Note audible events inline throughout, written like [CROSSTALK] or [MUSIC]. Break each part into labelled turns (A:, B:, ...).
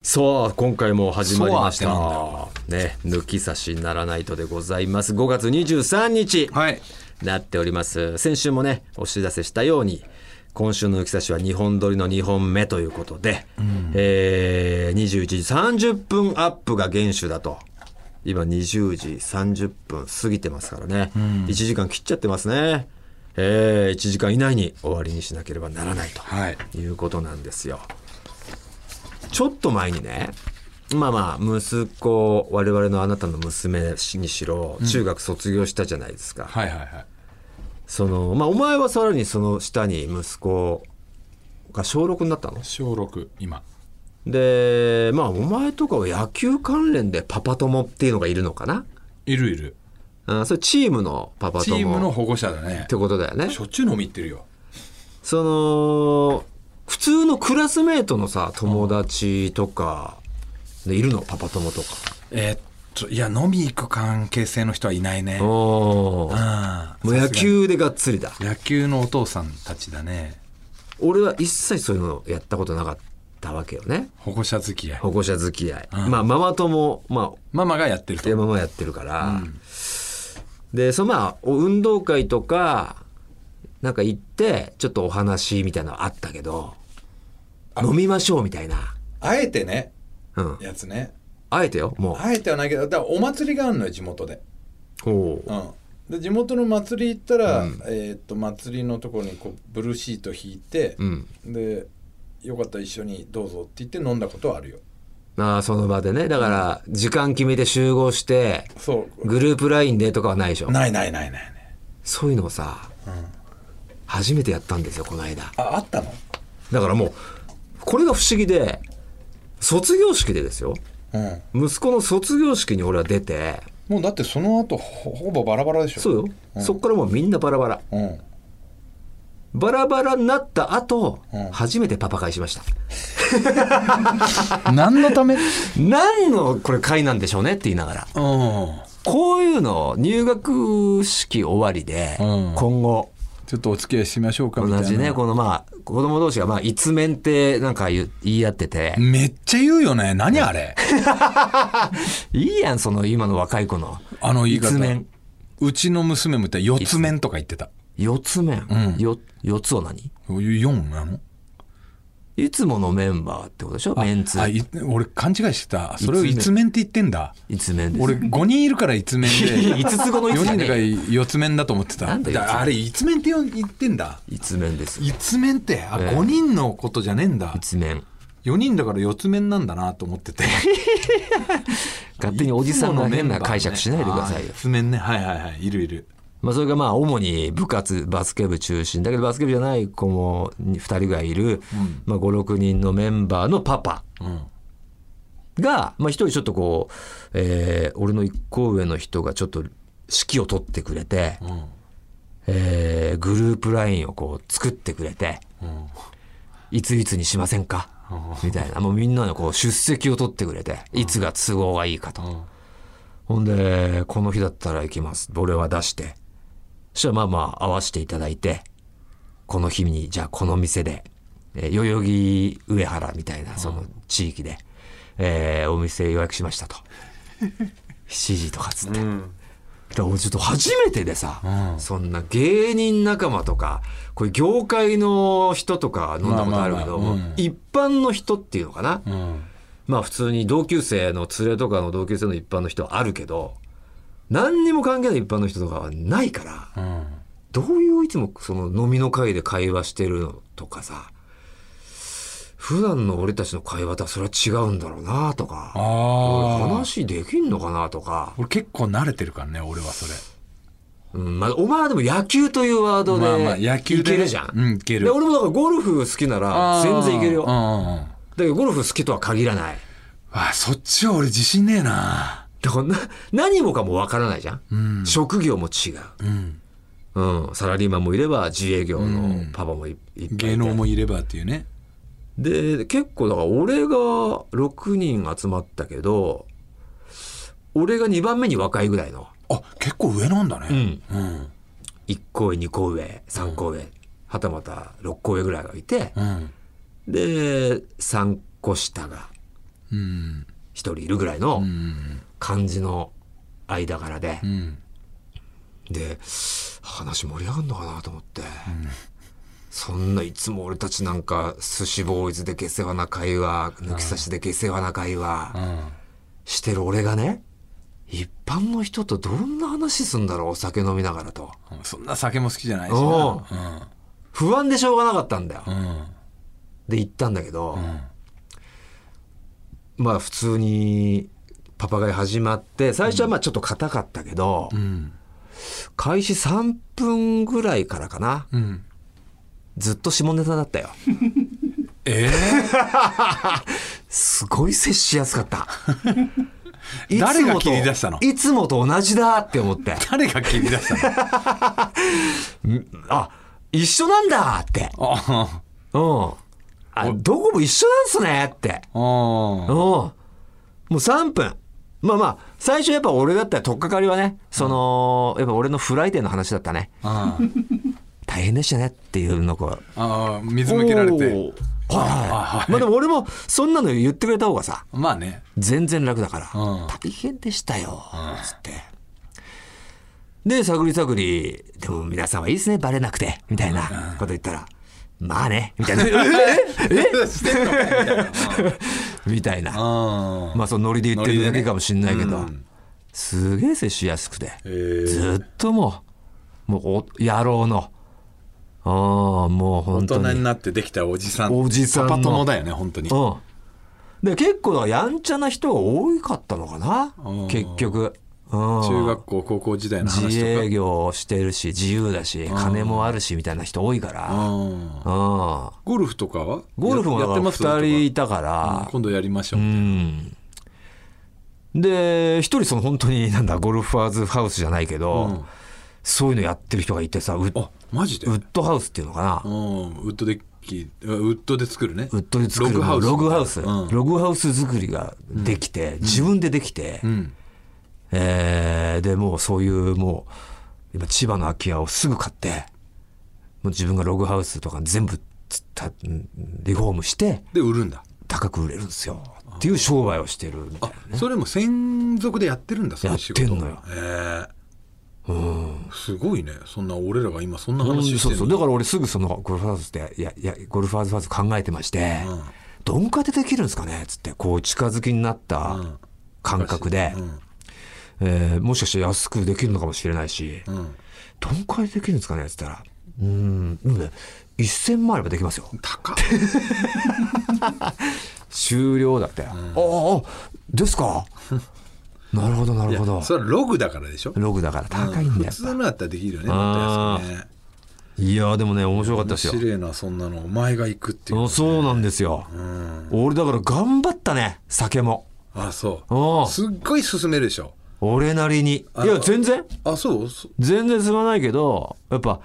A: さあ今回も始まりまし
B: そう
A: たね抜き差しならないとでございます5月23日、
B: はい。
A: なっております先週もねお知らせしたように今週の抜き差しは2本撮りの2本目ということで、えー21時30分アップが厳守だと今20時30分過ぎてますからね、1時間切っちゃってますね、え1時間以内に終わりにしなければならないと、
B: はい。
A: いうことなんですよ。ちょっと前にね、まあまあ、息子、我々のあなたの娘にしろ、中学卒業したじゃないですか。
B: はいはいはい。
A: その、まあ、お前はさらにその下に息子が小6になったの
B: 小6、今。
A: で、まあ、お前とかは野球関連でパパ友っていうのがいるのかな
B: いるいる。
A: あそれチームのパパ友。
B: チームの保護者だね
A: っ。てことだよね
B: し。ょっちゅう飲み行ってるよ。
A: その、普通のクラスメートのさ、友達とか、でいるのパパ友とか。
B: えーっと、いや、飲み行く関係性の人はいないね。うん。
A: おーも
B: も
A: う野。球でがっつりだ。
B: 野球のお父さんたちだね。
A: 俺は一切そういうのやったことなかったわけよね。
B: 保護者付き合い
A: 保。護者付き合い。まあ、ママ友、まあ、
B: ママがやってる
A: で
B: と。
A: ママやってるから。で、そのまあ、お運動会とか、なんか行って、ちょっとお話みたいなのあったけど、飲みましょうみたいな。
B: あえてね、
A: うん。
B: やつね。
A: あえてよ、も
B: あえてはないけど、だからお祭りがあるのよ、地元で。
A: う。ほう。
B: うん。で、地元の祭り行ったら、えーっと、祭りのところにこう、ブルーシート引いて、
A: うん。
B: で、よかったら一緒にどうぞって言って飲んだことはあるよ。
A: まあ、その場でね。だから、時間決めて集合して、
B: そう。
A: グループラインでとかはないでしょ。
B: ないないないないない。
A: そういうのをさ、初めてやったんですよ、この間。
B: あ、あったの
A: だからもう、これが不思議で、卒業式でですよ。
B: うん。
A: 息子の卒業式に俺は出て、
B: もうだってその後ほほぼバラバラでしょ。
A: そうよ。そっからもうみんなバラバラ。
B: うん。
A: バラバラになった後、
B: うん
A: 初めてパパ会しました。
B: 何の [LAUGHS] ためうん。
A: 何のこれ会なんでしょうねって言いながら。こういうの、入学式終わりで、
B: うん
A: 今後、
B: ちょっとお付き合いしましょうかみたい
A: 同
B: な。
A: じね、このまあ、子供同士がまあ、一面ってなんか言う言い合ってて、
B: めっちゃ言うよね。何あ [LAUGHS] れ。
A: いいやん、その今の若い子の。
B: あの言い方。
A: 一面。
B: うちの娘も言ったら四つ面とか言ってた。
A: 四つ面、
B: うん
A: よ四つを何
B: 四なの
A: いつものメンバーってことでしょメンツ
B: あ、い俺勘違いしてた。それを一面って言ってんだ。
A: 一面です
B: 俺5人いるから一面で。
A: 五つ子の [LAUGHS] 一
B: 4人
A: 面
B: だから四つ面だと思って
A: な
B: た。
A: んで四つ面
B: だあれ一面って言う言ってんだ。
A: 一面ですよ
B: 一面って、あ、
A: ええ
B: 5人のことじゃねえんだ。
A: 一面
B: 4人だから四つ面なんだなと思ってて。
A: 勝手におじさんが変な解釈しないでくださいよ
B: あー四つ面ね。はいはいはい。いるいる。
A: まあそれがまあ主に部活バスケ部中心だけどバスケ部じゃない子も2人ぐらいいる、まあ、56人のメンバーのパパ
B: うん。
A: が、まあ、一人ちょっとこう、えー俺の一個上の人がちょっと指揮を取ってくれて、
B: うん。
A: えーグループラインをこう作ってくれて、
B: うん。
A: いついつにしませんかみたいな。もうみんなのこう出席を取ってくれて、いつが都合がいいかと。
B: うん
A: ほんで、この日だったら行きます。俺は出して。そしたらまあまあ合わせていただいて、この日に、じゃあこの店で、えー代々木上原みたいなその地域で、えーお店予約しました
B: [LAUGHS]
A: と。7時とかっつって。だから俺ちょっと初めてでさ、そんな芸人仲間とか、こういう業界の人とか飲んだことあるけど、
B: まあまあまあうん
A: 一般の人っていうのかな、
B: うん。
A: まあ普通に同級生の連れとかの同級生の一般の人はあるけど、何にも関係ない一般の人とかはないから、
B: うん。
A: どういういつもその飲みの会で会話してるのとかさ、普段の俺たちの会話とはそれは違うんだろうなと
B: あ
A: か、俺
B: あ。
A: 話できんのかなとか、
B: 俺結構慣れてるからね、俺はそれ。
A: うん、まあお前はでも野球というワードで、
B: まあまあ野球
A: い
B: で
A: け
B: ね
A: るじゃん。
B: うんいける
A: で俺もだからゴルフ好きなら全然いけるよ。
B: う
A: だ
B: んうんうん。
A: けどゴルフ好きとは限らない。
B: あ、そっちは俺自信ねえな。
A: だからな何もかもわからないじゃん。
B: うん。
A: 職業も違う。
B: うん。
A: うん、サラリーマンもいれば自営業のパパもい,、いっぱいいて
B: 芸能もいればっていうね。
A: で結構だから俺が6人集まったけど俺が2番目に若いぐらいの
B: あ、結構上なんだね。うん。
A: 1個上2個上3個上、はたまた6個上ぐらいがいて
B: うん。
A: で3個下が
B: うん
A: 一人いるぐらいうの
B: ん
A: 感じの間柄で
B: う、ん
A: で話盛り上がるのかなと思って、そんないつも俺たちなんか寿司ボーイズで下世話な会話抜き差しで下世話な会話
B: あ
A: してる俺がね一般の人とどんな話すんだろうお酒飲みながらと
B: あそんな酒も好きじゃないし
A: お
B: な
A: 不安でしょうがなかったんだよ
B: うんうん
A: で行ったんだけど、
B: うん
A: まあ普通にパパがい始まって最初はまあちょっと硬かったけど、
B: うん
A: 開始3分ぐらいからかな
B: うん
A: ずっと下ネタだったよ
B: え
A: すごい接しやすかった
B: え [LAUGHS] 誰が切り出したの
A: いつもといつもと同じだって思って
B: 誰が切り出したの
A: あ一緒なんだって
B: あ
A: うんあどこも一緒なんすねってうん
B: ああ
A: もう3分まあまあ最初やっぱ俺だったら取っかかりはねそのやっぱ俺のフライデーの話だったね
B: あ
A: 大変でしたねっていうのこう
B: ああ水向けられ
A: お
B: て
A: ーはいはい
B: は
A: はいまあでも俺もそんなの言ってくれた方がさ
B: まあね
A: 全然楽だから「
B: うん
A: 大変でしたよ」つって。で探り探り「でも皆さんはいいですねバレなくて」みたいなこと言ったら「まあね」みたい
B: [LAUGHS]
A: な
B: えしてんのかみたいな
A: みたいな
B: あ
A: まあそのノリで言ってるだけかもしんないけど、
B: ノリでね
A: すげえ接しやすくて、
B: ー
A: ずっともうもうお野郎のああもう
B: 大
A: 本当に
B: 人になってできたおじさん
A: おじさんの
B: パパ友だよね本当に
A: うん。で、結構、やんちゃな人が多かったのかな
B: うん
A: 結局。うん
B: 中学校高校時代の話
A: 自
B: とか
A: 営業してるし、自由だし、金もあるし、みたいな人多いから。
B: ああ
A: うん。
B: ゴルフとかは
A: ゴルフも
B: や
A: だか
B: や
A: ら
B: って
A: 二
B: ますとか
A: 人いたか
B: うん
A: ら。
B: 今度やりましょう
A: うん。で、一人その本当
B: [LAUGHS]
A: になんだ、ゴルファーズハウスじゃないけど、
B: うん
A: そういうのやってる人がいてさ、ウッ
B: あマジで
A: ウッドハウスっていうのかな。
B: うんウッドデッキあウッドで作るね
A: ウッドで作る
B: ログハウス
A: ログハウス、
B: うん
A: ログハウス作りができて、自分でできて、
B: うん
A: えーでもうそういうもう今千葉の空き家をすぐ買ってもう自分がログハウスとか全部つたんリフォームして
B: で売るんだ
A: 高く売れるんですよっていう商売をしてるみたい
B: あそれも専属でやってるんだそういう仕事
A: やってんのよ
B: ええすごいねそんな俺らが今そんな
A: な、
B: 話して
A: そう
B: る
A: そうだから俺すぐそのゴルフハウスでいやいやゴルフハウスハウス考えてまして、
B: うん
A: どんかでできるんですかねっつってこう近づきになった
B: うん
A: 感覚で、えーもしかして安くできるのかもしれないし、
B: うんうん
A: どんくらいできるんですかねって言ったら、うーん、でもね、1000万あればできますよ。
B: 高っ
A: 終了だって。ああ、です
B: [LAUGHS]
A: か。なるほど、なるほど。
B: それはログだからでしょ
A: ログだから高いんだ
B: 普
A: よ。
B: 通のやったらできるよねもっと安くね
A: いやー、でもね、面白かったですよ
B: 綺。麗なそんなのお前が行くっていう
A: あそうなんですよ。俺だから頑張ったね、酒も。
B: あそ
A: あ
B: うすっごい進めるでしょ
A: 俺なりに。いや、全然、
B: あそうそ
A: 全然すまないけど、やっぱ、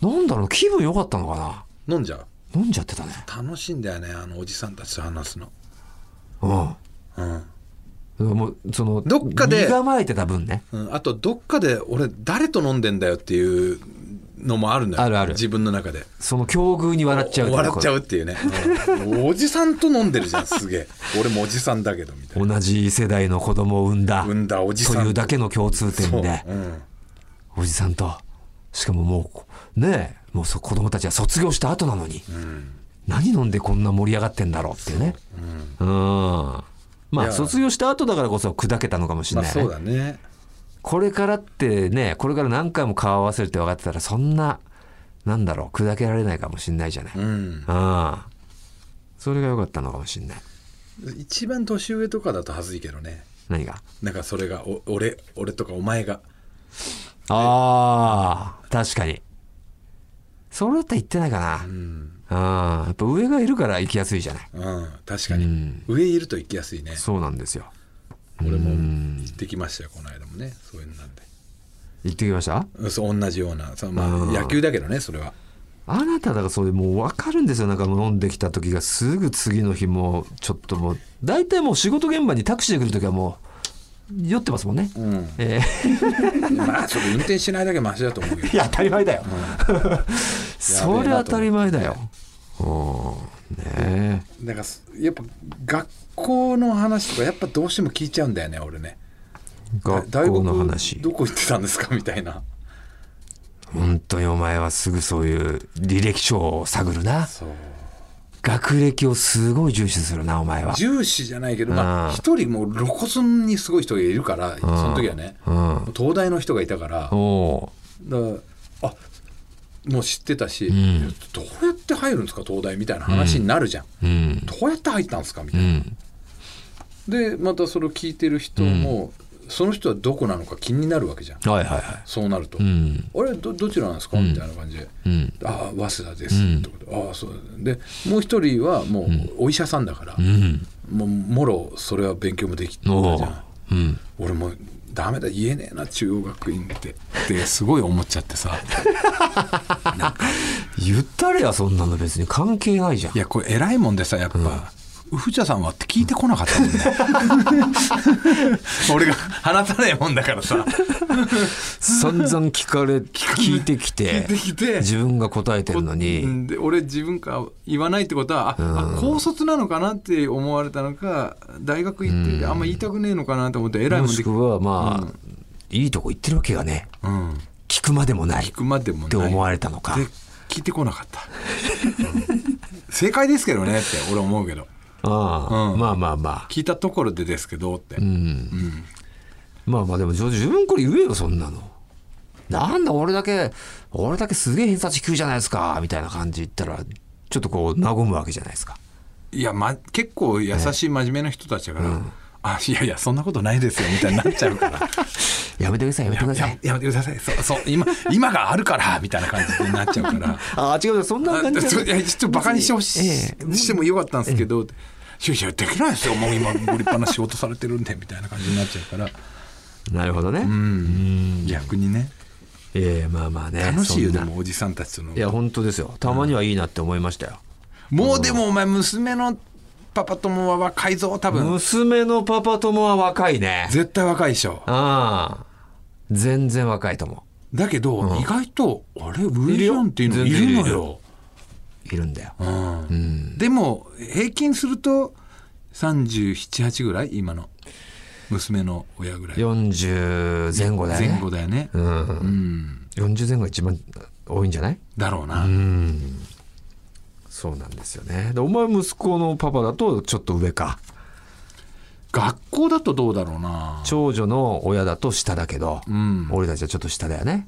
A: なんだろう、気分良かったのか
B: 飲んじゃう
A: な。飲んじゃってたね。
B: 楽しいんだよねあのおじさんたちと話すの
A: うん。
B: うん、
A: もうその
B: どっかで
A: 身構えてた分ね
B: うん、あとどっかで俺誰と飲んでんだよっていうのもあるんだよ
A: あるある
B: 自分の中で
A: その境遇に笑っちゃう
B: 笑っちゃ
A: う
B: うっていうね、うんおじさんと飲んでるじゃんすげえ俺もおじさんだけどみたいな
A: 同じ世代の子供を産んだ
B: 産んだおじ
A: と
B: さん
A: いうだけの共通
B: そ
A: 点
B: う、
A: で
B: うん、
A: おじさんとしかももうこねえもうそ子供たちは卒業した後なのに、何飲んでこんな盛り上がってんだろうっていうねうんま
B: い
A: あ
B: や
A: 卒業した後だからこそ砕けたのかもしれ
B: ま
A: な
B: あ
A: い、ね
B: そうだね
A: これからってねこれから何回も顔合わせるって分かってたらそんななんだろう砕けられないかもしれないじゃない、
B: うん
A: ああそれが良かったのかもしれない
B: 一番年上とかだと恥ずいけどね
A: 何が
B: なんかそれがお俺俺とかお前が
A: ああ確かにそれだったら言ってないかな、ああやっぱ上がいるから行きやすいじゃない
B: うん確かに、上いると行きやすいね
A: そうなんですよ
B: 俺も行ってきましたよこの間もねそういうのなんで
A: 行ってきました
B: うんそう同じようなそのまあ
A: うん
B: 野球だけどねそれは
A: あなただからそれもう分かるんですよなんかもう飲んできた時がすぐ次の日もうちょっともう大体もう仕事現場にタクシーで来る時はもう酔ってますもんね、
B: うん
A: えー
B: まあちょっと運転しないだけマシだ
A: [LAUGHS]
B: と思うよ
A: いや当たり前だよ、それ当たり前だようんねえ
B: なんかすやっぱ学校の話とかやっぱどうしても聞いちゃうんだよね俺ね
A: 学校の話
B: 大学どこ行ってたんですかみたいな
A: 本当にお前はすぐそういう履歴書を探るな
B: そう
A: 学歴をすごい重視するなお前は
B: 重視じゃないけど
A: う
B: ま
A: ん
B: あ一人もう露骨にすごい人がいるからその時はね
A: うん
B: 東大の人がいたから
A: おお
B: だからあもう知ってたし、
A: ん
B: いやどうやって入るんですか東大みたいな話になるじゃん、
A: ううん
B: どうやって入ったんですかみた
A: う
B: いな、
A: ん
B: でまたそれを聞いてる人も、その人はどこなのか気になるわけじゃん
A: はいはいはい
B: そうなると、
A: うん
B: あれどどちらなんですかみたいな感じで「
A: うん
B: ああ早稲田です」ってこと「ああそうでもう一人はもうお医者さんだから、
A: うん
B: もうもろそれは勉強もできたじ
A: おお
B: ゃん
A: うん
B: 俺もうダメだ言えねえな中央学院ってってすごい思っちゃってさ
A: 言ったれやそんなの別に関係ないじゃん
B: いやこれ偉いもんでさやっぱ、藤田さんはって聞いてこなかったもんね [LAUGHS] 俺が放たないもんだからさ
A: 散々聞か
B: [LAUGHS]
A: れ聞いてきて
B: できて
A: 自分が答えてるの
B: う
A: に
B: んで俺自分から言わないってことはあ、あ高卒なのかなって思われたのか大学行っててあんま言いたくねえのかなと思って偉い
A: も
B: もん
A: し
B: で、
A: くはまあいいとこ行ってるわけがね
B: うん、
A: 聞くまでもないっ
B: 聞くまでも
A: て思
B: ない
A: われたのか
B: で聞いてこなかった、うん正解ですけどねって俺思うけど
A: ああ
B: うん
A: まあまあまあ
B: 聞いたところでですけどって、
A: うんまあまあでもじょ自分から言えよそんなのなんだ俺だけ俺だけすげえ偏差値低いじゃないですかみたいな感じ言ったらちょっとこう和むわけじゃないですか
B: いや、ま、結構優しい真面目な人たちだから、あいやいやそんなことないですよみたいになっちゃ
A: [LAUGHS]
B: うから
A: やめてくださいやめてくださ
B: や
A: い
B: やめてくださいそうそう今今があるからみたいな感じになっちゃうから。
A: ああ違うそんな [LAUGHS] 感じじゃ
B: ち
A: な
B: ょ
A: い
B: いやちょっとバカにしてほしい、
A: ええ
B: してもよかったんですけど、いやいやできないですよもう今ご立派な仕事されてるんでみたいな感じになっちゃうから、
A: なるほどね、
B: うん、逆にね
A: ええまあまあね
B: 楽しいよ
A: そん
B: で
A: な
B: もおじさんたちとの
A: いや本当ですよたまにはいいなって思いましたよ、
B: もうでもお前娘のパパ友は若いぞ多分
A: 娘のパパ友は若いね
B: 絶対若いでしょ
A: ああ全然若いと思
B: だけど、意外とあれ上
A: いる
B: じ
A: よ
B: ゃんっていうの
A: 全
B: い
A: 然いる
B: る
A: よ
B: のよ、
A: ういるんだよ
B: うんでも平均すると378ぐらい今の娘の親ぐらい
A: 40前後だよね
B: 前後だよね、
A: うん
B: うん
A: 40前後が一番多いんじゃない
B: だろうな、
A: うんそうなんですよねでお前息子のパパだとちょっと上か
B: 学校だとどうだろうな
A: 長女の親だと下だけど、
B: うん
A: 俺たちはちょっと下だよね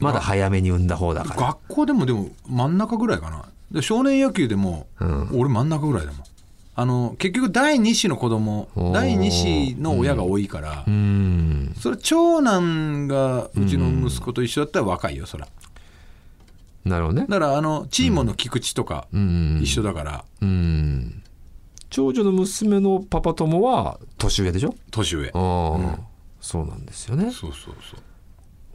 A: まだ早めに産んだ方だから
B: 学校でもでも真ん中ぐらいかなで少年野球でも、俺真ん中ぐらいだもんあの結局第2子の子供
A: おー
B: 第2子の親が多いから、
A: うん
B: それ長男がうちの息子と一緒だったら若いよそら
A: なるほどね
B: だからあのチームの菊池とか
A: うん
B: 一緒だから
A: うん長女の娘のパパ友は年上でしょ
B: 年上
A: ああ、そうなんですよね
B: そうそうそう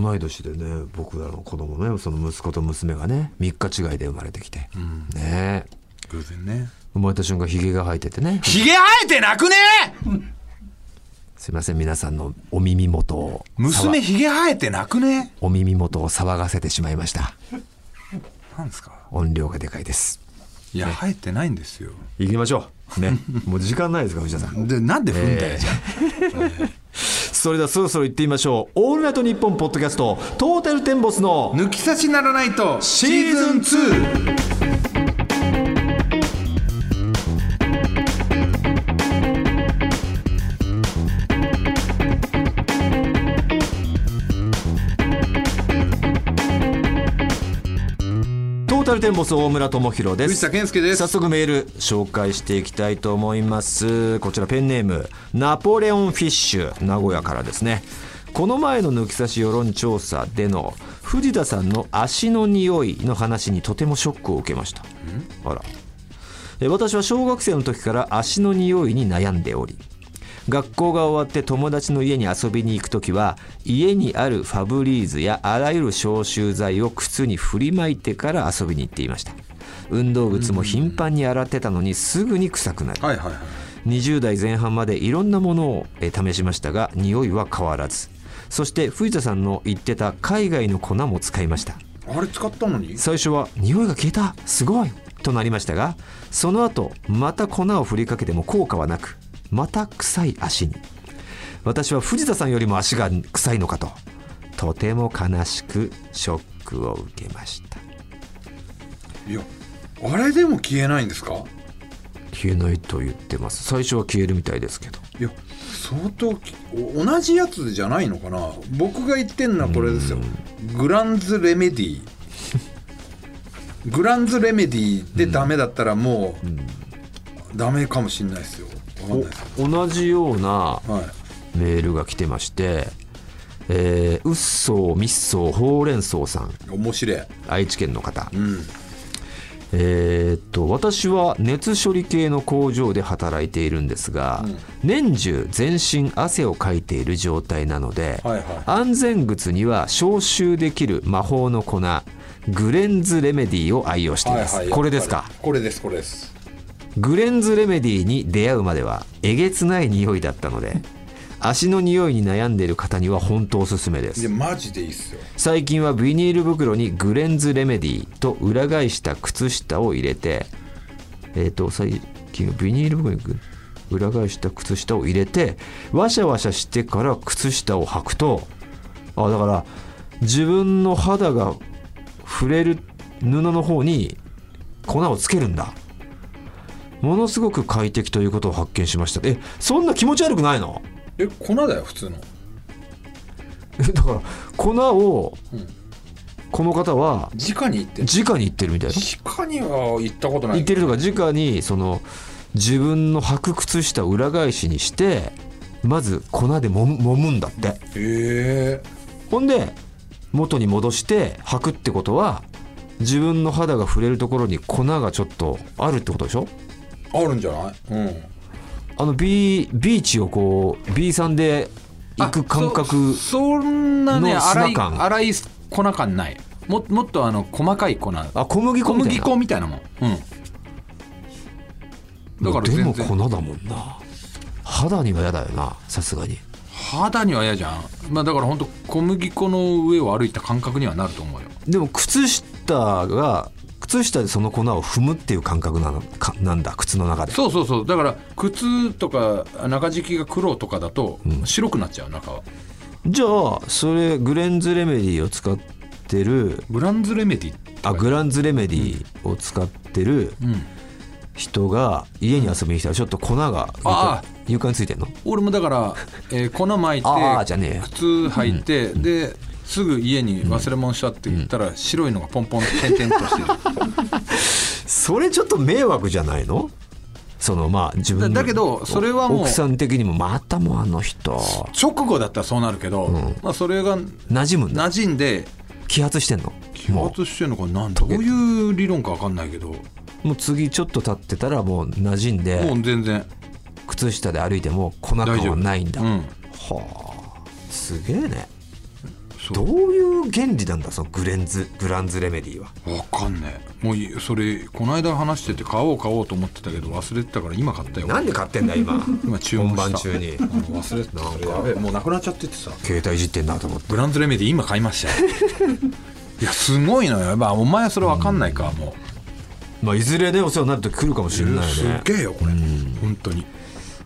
A: 同い年でね僕らの子供ねその息子と娘がね3日違いで生まれてきて、ねえ
B: 偶然ね
A: 生まれた瞬間ヒゲが生えててね
B: ひげ生えてなくね
A: すいません皆さんのお耳元を
B: 娘
A: 騒
B: ひげ生えてなくね
A: お耳元を騒がせてしまいました
B: なんですか
A: 音量がでかいです
B: いや生えてないんですよ
A: 行きましょう [LAUGHS] ねもう時間ないですか藤田さん
B: でなんで踏んだ
A: え
B: よ、
A: ー
B: じゃあ
A: それではそろそろ行ってみましょう「オールナイトニッポン」ポッドキャストトータルテンボスの
B: 抜き差しならないとシーズン 2!
A: トータルテンボス大村智博です
B: 藤田健介です
A: 早速メール紹介していきたいと思いますこちらペンネームナポレオンフィッシュ名古屋からですねこの前の抜き差し世論調査での藤田さんの足の匂いの話にとてもショックを受けましたあらえ私は小学生の時から足の匂いに悩んでおり学校が終わって友達の家に遊びに行く時は家にあるファブリーズやあらゆる消臭剤を靴に振りまいてから遊びに行っていました運動靴も頻繁に洗ってたのにすぐに臭くなる
B: はいはいはい
A: 20代前半までいろんなものをえー試しましたが匂いは変わらずそして藤田さんの言ってた海外の粉も使いました
B: あれ使ったのに
A: 最初は匂いが消えたすごいとなりましたがその後また粉を振りかけても効果はなくまた臭い足に私は藤田さんよりも足が臭いのかととても悲しくショックを受けました
B: いやあれでも消えないんですか
A: 消えないと言ってます最初は消えるみたいですけど
B: いや相当きお同じやつじゃないのかな僕が言ってんのはこれですよグランズレメディ [LAUGHS] グランズレメディでダメだったらもうダメかもしれないですよわかんないです
A: お同じような
B: はい
A: メールが来てましてえー、うっそうみっそうほうれん草さん
B: 面白い
A: 愛知県の方
B: うん
A: えーっと私は熱処理系の工場で働いているんですが、年中全身汗をかいている状態なので、
B: はいは
A: 安全靴には消臭できる魔法の粉グレンズレメディを愛用してい
B: はい
A: ます、
B: はい
A: これですか
B: これですこれです
A: グレンズレメディに出会うまではえげつない匂いだったの
B: [LAUGHS]
A: で足の匂いに悩んでいる方には本当おすすめで
B: いや
A: す
B: マジでいいっすよ
A: 最近はビニール袋にグレンズレメディと裏返した靴下を入れてえっ、と最近はビニール袋にグ裏返した靴下を入れてワシャワシャしてから靴下を履くとあだから自分の肌が触れる布の方に粉をつけるんだものすごく快適ということを発見しましたえそんな気持ち悪くないの [LAUGHS]
B: え粉だよ普通の
A: だから粉を
B: うん
A: この方は
B: 直に行ってる
A: 直に言ってるみたいな
B: 直には行ったことない
A: 言ってるとか直にその自分の履く靴下を裏返しにしてまず粉でもむ揉むんだって
B: へえ
A: ほんで元に戻して履くってことは自分の肌が触れるところに粉がちょっとあるってことでしょ
B: あるんじゃないうん
A: あの B ビーチをこう B さんで行く感覚
B: そそんなね
A: の砂
B: 粗い
A: 感
B: 粗い粉感ないももっとあの細かい粉
A: あ小麦
B: 小
A: 粉みたい
B: 麦
A: な
B: 粉みたいなもん、うん、だから
A: で
B: 全
A: も
B: 然
A: 粉だもんな肌には嫌だよなさすがに
B: 肌には嫌じゃん、まあ、だから本当小麦粉の上を歩いた感覚にはなると思うよ
A: でも靴下が靴下でその粉を踏むっていう感覚なのかなんだ靴の中で
B: そうそうそうだから靴とか中敷きが黒とかだと白くなっちゃう中は、
A: じゃあそれグレンズレメディを使ってる
B: グランズレメディ
A: あグランズレメディを使ってる
B: うん
A: 人が家に遊びに来たらちょっと粉が床
B: ああ
A: 床についてんの
B: 俺もだから、えー粉巻いて
A: ああじゃねえよ
B: 靴履いて、ですぐ家に忘れ物したって言ったら、白いのがポンポンって点々
A: [LAUGHS]
B: としてる
A: それちょっと迷惑じゃないのそのまあ自分の
B: だだけどそれはもう
A: 奥さん的にもまたもうあの人
B: 直後だったらそうなるけど、まあ、それが
A: 馴染むんだ
B: 馴染んで
A: 揮発してんの
B: 揮
A: もう
B: 発してんのかなんどういう理論か分かんないけども
A: もう次ちょっと経ってたらもう馴染んで
B: う全然
A: 靴下で歩いても粉感
B: 大丈
A: は
B: 夫
A: ないんだ、
B: うん
A: はあすげえね
B: そ
A: ど
B: う
A: ういう原理なんだそのグレンズグランズレメディは
B: 分かんねえもういそれこの間話してて買おう買おうと思ってたけど忘れてたから今買ったよ
A: なんで買ってんだ今
B: [LAUGHS] 今注文
A: 本
B: した
A: 番中に
B: あの忘れてた
A: なんか
B: それやべえもうなくなっちゃっててさ
A: 携帯いじってんなと思って
B: グランズレメディ今買いましたよ
A: [LAUGHS]
B: いやすごいのよ、まあ、お前はそれ分かんないか、も
A: まあいずれねお世話になると来るかもし
B: う
A: れない
B: す
A: ね
B: っげえよこれ、本当に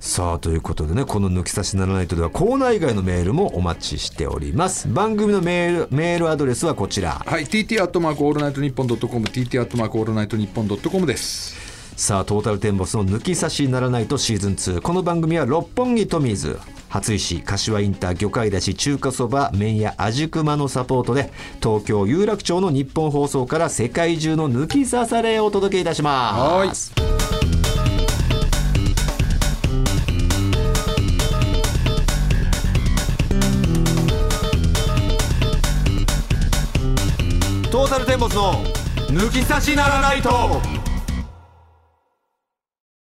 A: さあということでねこの「抜き差しならないと」ではコーナー以外のメールもお待ちしております番組のメールメールアドレスはこちら
B: はい TT アットマークオールナイトニッポンドットコム TT アットマークオールナイトニッポンドットコムです
A: さあトータルテンボスの抜き差しならないとシーズン2この番組は六本木トミーズ初石柏インター魚介だし中華そば麺屋あじくまのサポートで東京有楽町の日本放送から世界中の抜き差されをお届けいたしますトータルテンボスの抜き差しならないと